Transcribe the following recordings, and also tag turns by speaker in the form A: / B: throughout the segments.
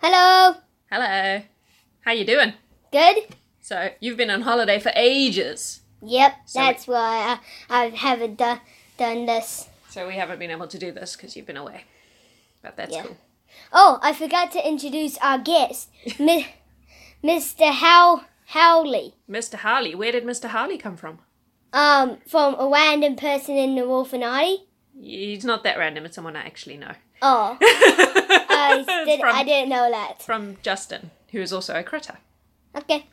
A: Hello.
B: Hello. How you doing?
A: Good.
B: So you've been on holiday for ages.
A: Yep.
B: So-
A: that's why I, I haven't done done this.
B: So we haven't been able to do this because you've been away. But that's
A: Yeah.
B: cool.
A: Oh, I forgot to introduce our guest, Mi- Mr. How Howley.
B: Mr. Harley, where did Mr. Harley come from?
A: Um, from a random person in the Wolfenarty.
B: He's not that random. It's someone I actually know.
A: Oh, I,
B: I,
A: did,
B: from,
A: I didn't know that.
B: from Justin, who is also a critter.
A: Okay.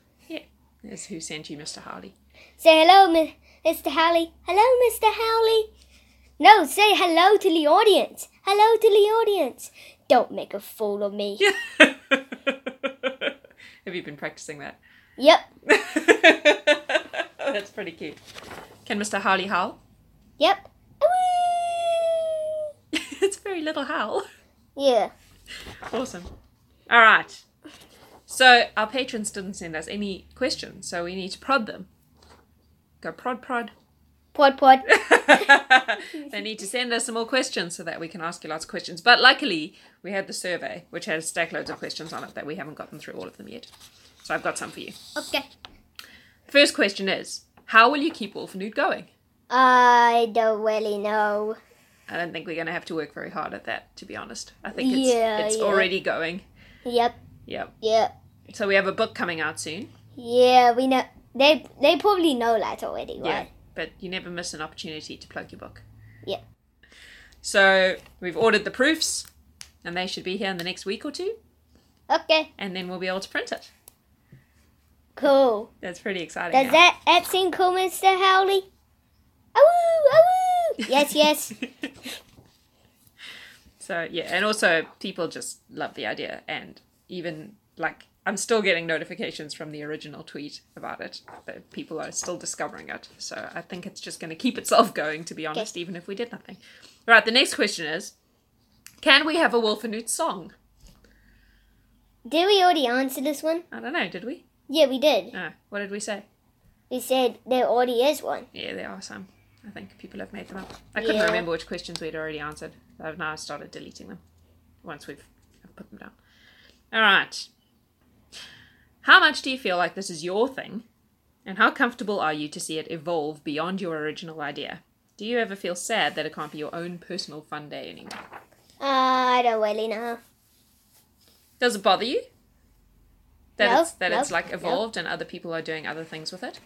B: Is who sent you Mr. Harley.
A: Say hello, Mi- Mr. Howley. Hello, Mr. Howley. No, say hello to the audience. Hello to the audience. Don't make a fool of me.
B: Have you been practicing that?
A: Yep.
B: That's pretty cute. Can Mr. Harley howl?
A: Yep. Whee!
B: it's a very little howl.
A: Yeah.
B: Awesome. All right. So our patrons didn't send us any questions, so we need to prod them. Go prod prod.
A: Pod pod.
B: they need to send us some more questions so that we can ask you lots of questions. But luckily, we had the survey, which has stack loads of questions on it that we haven't gotten through all of them yet. So I've got some for you.
A: Okay.
B: First question is How will you keep Wolf Nude going?
A: I don't really know.
B: I don't think we're going to have to work very hard at that, to be honest. I think it's,
A: Yeah,
B: it's
A: yeah.
B: already going.
A: Yep.
B: Yep.
A: Yep.
B: So we have a book coming out soon.
A: Yeah, we know. They they probably know that already,
B: Yeah,
A: right?
B: but you never miss an opportunity to plug your book.
A: Yeah.
B: So we've ordered the proofs, and they should be here in the next week or two,
A: Okay.
B: and then we'll be able to print it.
A: Cool.
B: That's pretty exciting.
A: Does that that seem cool, Mr. Howley? Oh, oh. Yes, yes.
B: so yeah, and also people just love the idea, and even like I'm still getting notifications from the original tweet about it, but people are still discovering it. So I think it's just going to keep itself going, to be honest, even if we did nothing. Right. The next question is, can we have a Wolf and Newt song?
A: did we already answer this one?
B: I don't know. Did we?
A: Yeah, we did.
B: No. What did we say?
A: We said there already is one.
B: Yeah, there are some. I think people have made them up. I couldn't
A: Yeah.
B: remember which questions we'd already answered. I've now started deleting them once we've I've put them down. All right. How much do you feel like this is your thing? And how comfortable are you to see it evolve beyond your original idea? Do you ever feel sad that it can't be your own personal fun day anymore?
A: I don't really know.
B: Does it bother you? That
A: No,
B: it's that
A: no,
B: it's like
A: no.
B: evolved and other people are doing other things with it?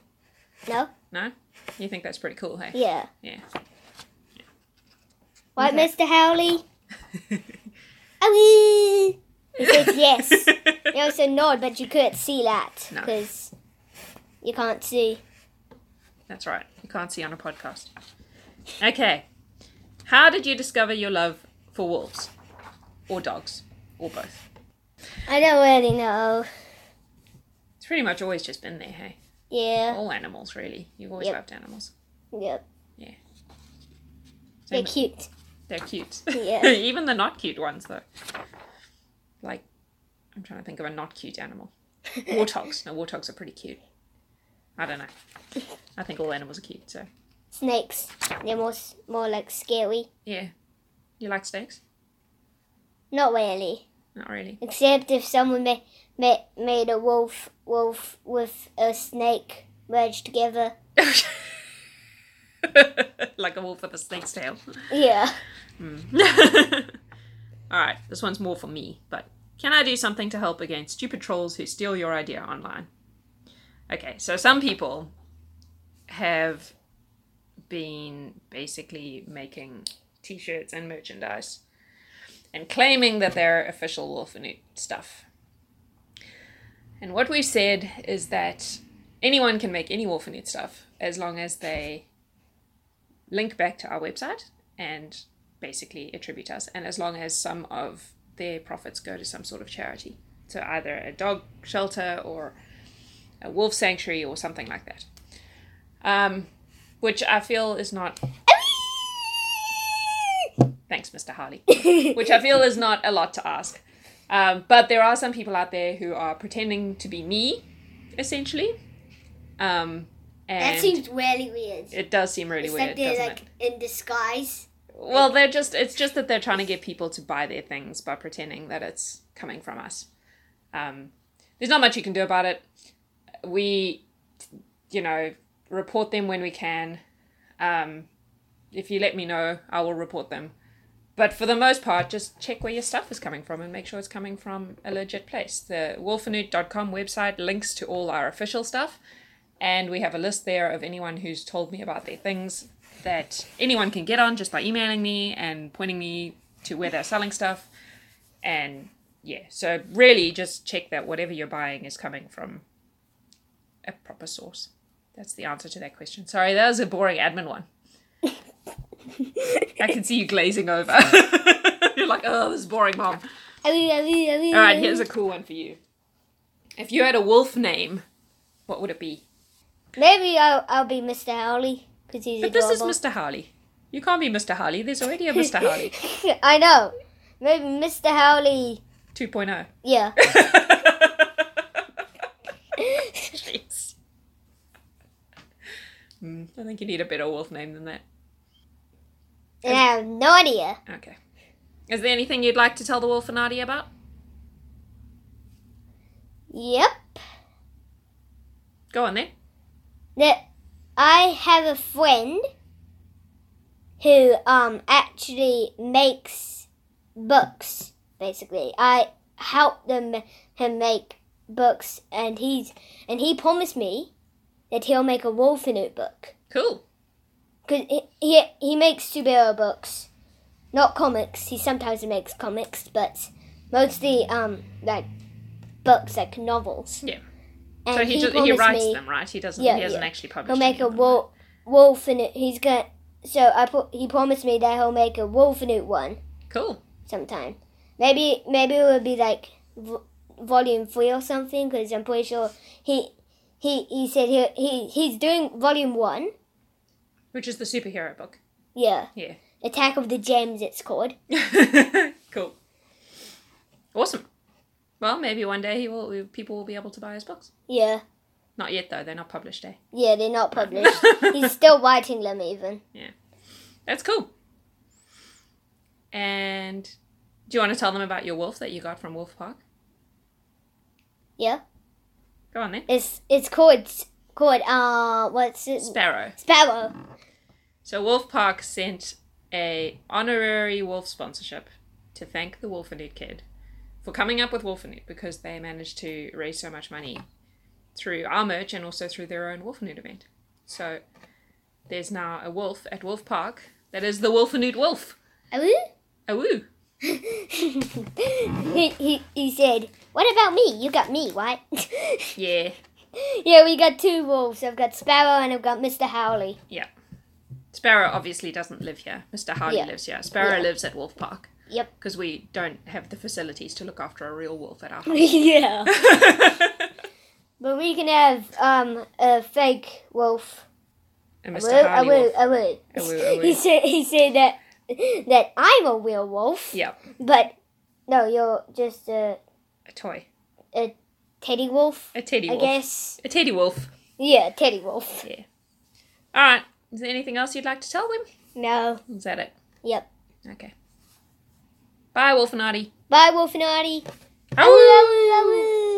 A: No.
B: No? You think that's pretty cool, hey?
A: Yeah.
B: Yeah.
A: Right,
B: Okay.
A: Mr. Howley. Oh, he said yes. You also nod, but you couldn't see that
B: No.
A: because you can't see.
B: That's right. You can't see on a podcast. Okay. How did you discover your love for wolves? Or dogs? Or both?
A: I don't really know.
B: It's pretty much always just been there, hey?
A: Yeah.
B: All animals, really. You've always
A: Yep.
B: loved animals.
A: Yep.
B: Yeah.
A: They're cute.
B: They're cute.
A: Yeah.
B: Even the not cute ones, though. Like, I'm trying to think of a not cute animal. Warthogs. No, warthogs are pretty cute. I don't know. I think all animals are cute, so.
A: Snakes. They're more s- more like scary.
B: Yeah. You like snakes?
A: Not really.
B: Not really.
A: Except if someone ma- ma- made a wolf wolf with a snake merged together.
B: like a wolf with a snake's tail.
A: Yeah.
B: All right, this one's more for me, but can I do something to help against stupid trolls who steal your idea online? Okay, so some people have been basically making t shirts and merchandise and claiming that they're official Wolf and Newt stuff. And what we've said is that anyone can make any Wolf and Newt stuff as long as they link back to our website and basically attribute us. And as long as some of their profits go to some sort of charity, so either a dog shelter or a wolf sanctuary or something like that, um, which I feel is not. Thanks, Mr. Harley. Which I feel is not a lot to ask. Um, but there are some people out there who are pretending to be me, essentially. Um, and
A: That seems really weird.
B: it does seem really
A: it's
B: weird,
A: like they're
B: doesn't
A: like
B: it?
A: in disguise.
B: Well, they're just it's just that they're trying to get people to buy their things by pretending that it's coming from us. Um, there's not much you can do about it. We, you know, report them when we can. Um, if you let me know, I will report them. But for the most part, just check where your stuff is coming from and make sure it's coming from a legit place. The wolfanoot.com website links to all our official stuff, and we have a list there of anyone who's told me about their things that anyone can get on just by emailing me and pointing me to where they're selling stuff. And yeah, so really just check that whatever you're buying is coming from a proper source. That's the answer to that question. Sorry, that was a boring admin one. I can see you glazing over. You're like, oh, this is boring, mom.
A: All right,
B: All right, here's a cool one for you. If you had a wolf name, what would it be?
A: Maybe I'll, I'll be Mr. Howley because he's
B: But this is
A: adorable.
B: Mr. Harley. You can't be Mr. Harley. There's already a Mr. Harley
A: I know. Maybe Mr. Howley.
B: 2.0.
A: Yeah.
B: Jeez. Mm, I think you need a better wolf name than that.
A: And I have no idea.
B: Okay. Is there anything you'd like to tell the wolf and Nadia about?
A: Yep.
B: Go on then.
A: That I have a friend who um actually makes books. Basically, I helped them him make books, and he's and he promised me that he'll make a wolf in it book.
B: Cool.
A: Cause he, he he makes superhero books, not comics. He sometimes makes comics, but mostly um like books like novels.
B: Yeah.
A: And
B: so he
A: he
B: just, he
A: promised
B: writes
A: me
B: them, right? He doesn't.
A: Yeah,
B: he hasn't
A: yeah.
B: actually published.
A: he'll make
B: any
A: a
B: of them.
A: wolf wolf in it. He's gonna. So I put he promised me that he'll make a wolf in it one
B: Cool.
A: sometime. Maybe maybe it would be like vo- volume three or something because I'm pretty sure he he he said he he he's doing volume one.
B: Which is the superhero book.
A: Yeah.
B: Yeah.
A: Attack of the Gems, it's called.
B: cool. Awesome. Well, maybe one day he will. People will be able to buy his books.
A: Yeah.
B: Not yet, though. They're not published, eh?
A: Yeah, they're not published. He's still writing them, even.
B: That's cool. And do you want to tell them about your wolf that you got from Wolf Park?
A: Yeah,
B: Go on then.
A: it's it's called called uh what's it
B: Sparrow.
A: Sparrow.
B: So Wolf Park sent a honorary wolf sponsorship to thank the Wolfenut kid for coming up with Wolfenut because they managed to raise so much money through our merch and also through their own Wolfenut event. So there's now a wolf at Wolf Park that is the Wolfenut wolf.
A: Are we?
B: Oh woo.
A: he, he he said, "What about me? You got me, right?"
B: Yeah.
A: yeah, we got two wolves. I've got Sparrow and I've got Mr. Howley.
B: Sparrow obviously doesn't live here. Mr. Harley
A: Yeah.
B: lives here. Sparrow
A: Yeah.
B: lives at Wolf Park.
A: Yep.
B: Because we don't have the facilities to look after a real wolf at our house.
A: yeah, but we can have um a fake wolf.
B: and
A: I
B: Mr.
A: will. I
B: Harley
A: will.
B: wolf.
A: I will.
B: I will, I
A: He
B: will.
A: said. He said that that I'm a real wolf.
B: Yeah,
A: But no, you're just a
B: a toy.
A: teddy wolf.
B: A teddy
A: I
B: wolf.
A: guess.
B: A teddy wolf.
A: Yeah, teddy wolf.
B: All right. Is there anything else you'd like to tell them?
A: No.
B: Is that it?
A: Yep.
B: Okay. Bye, Wolfinati.
A: Bye, Wolfinati.
B: Ow!
A: Hello.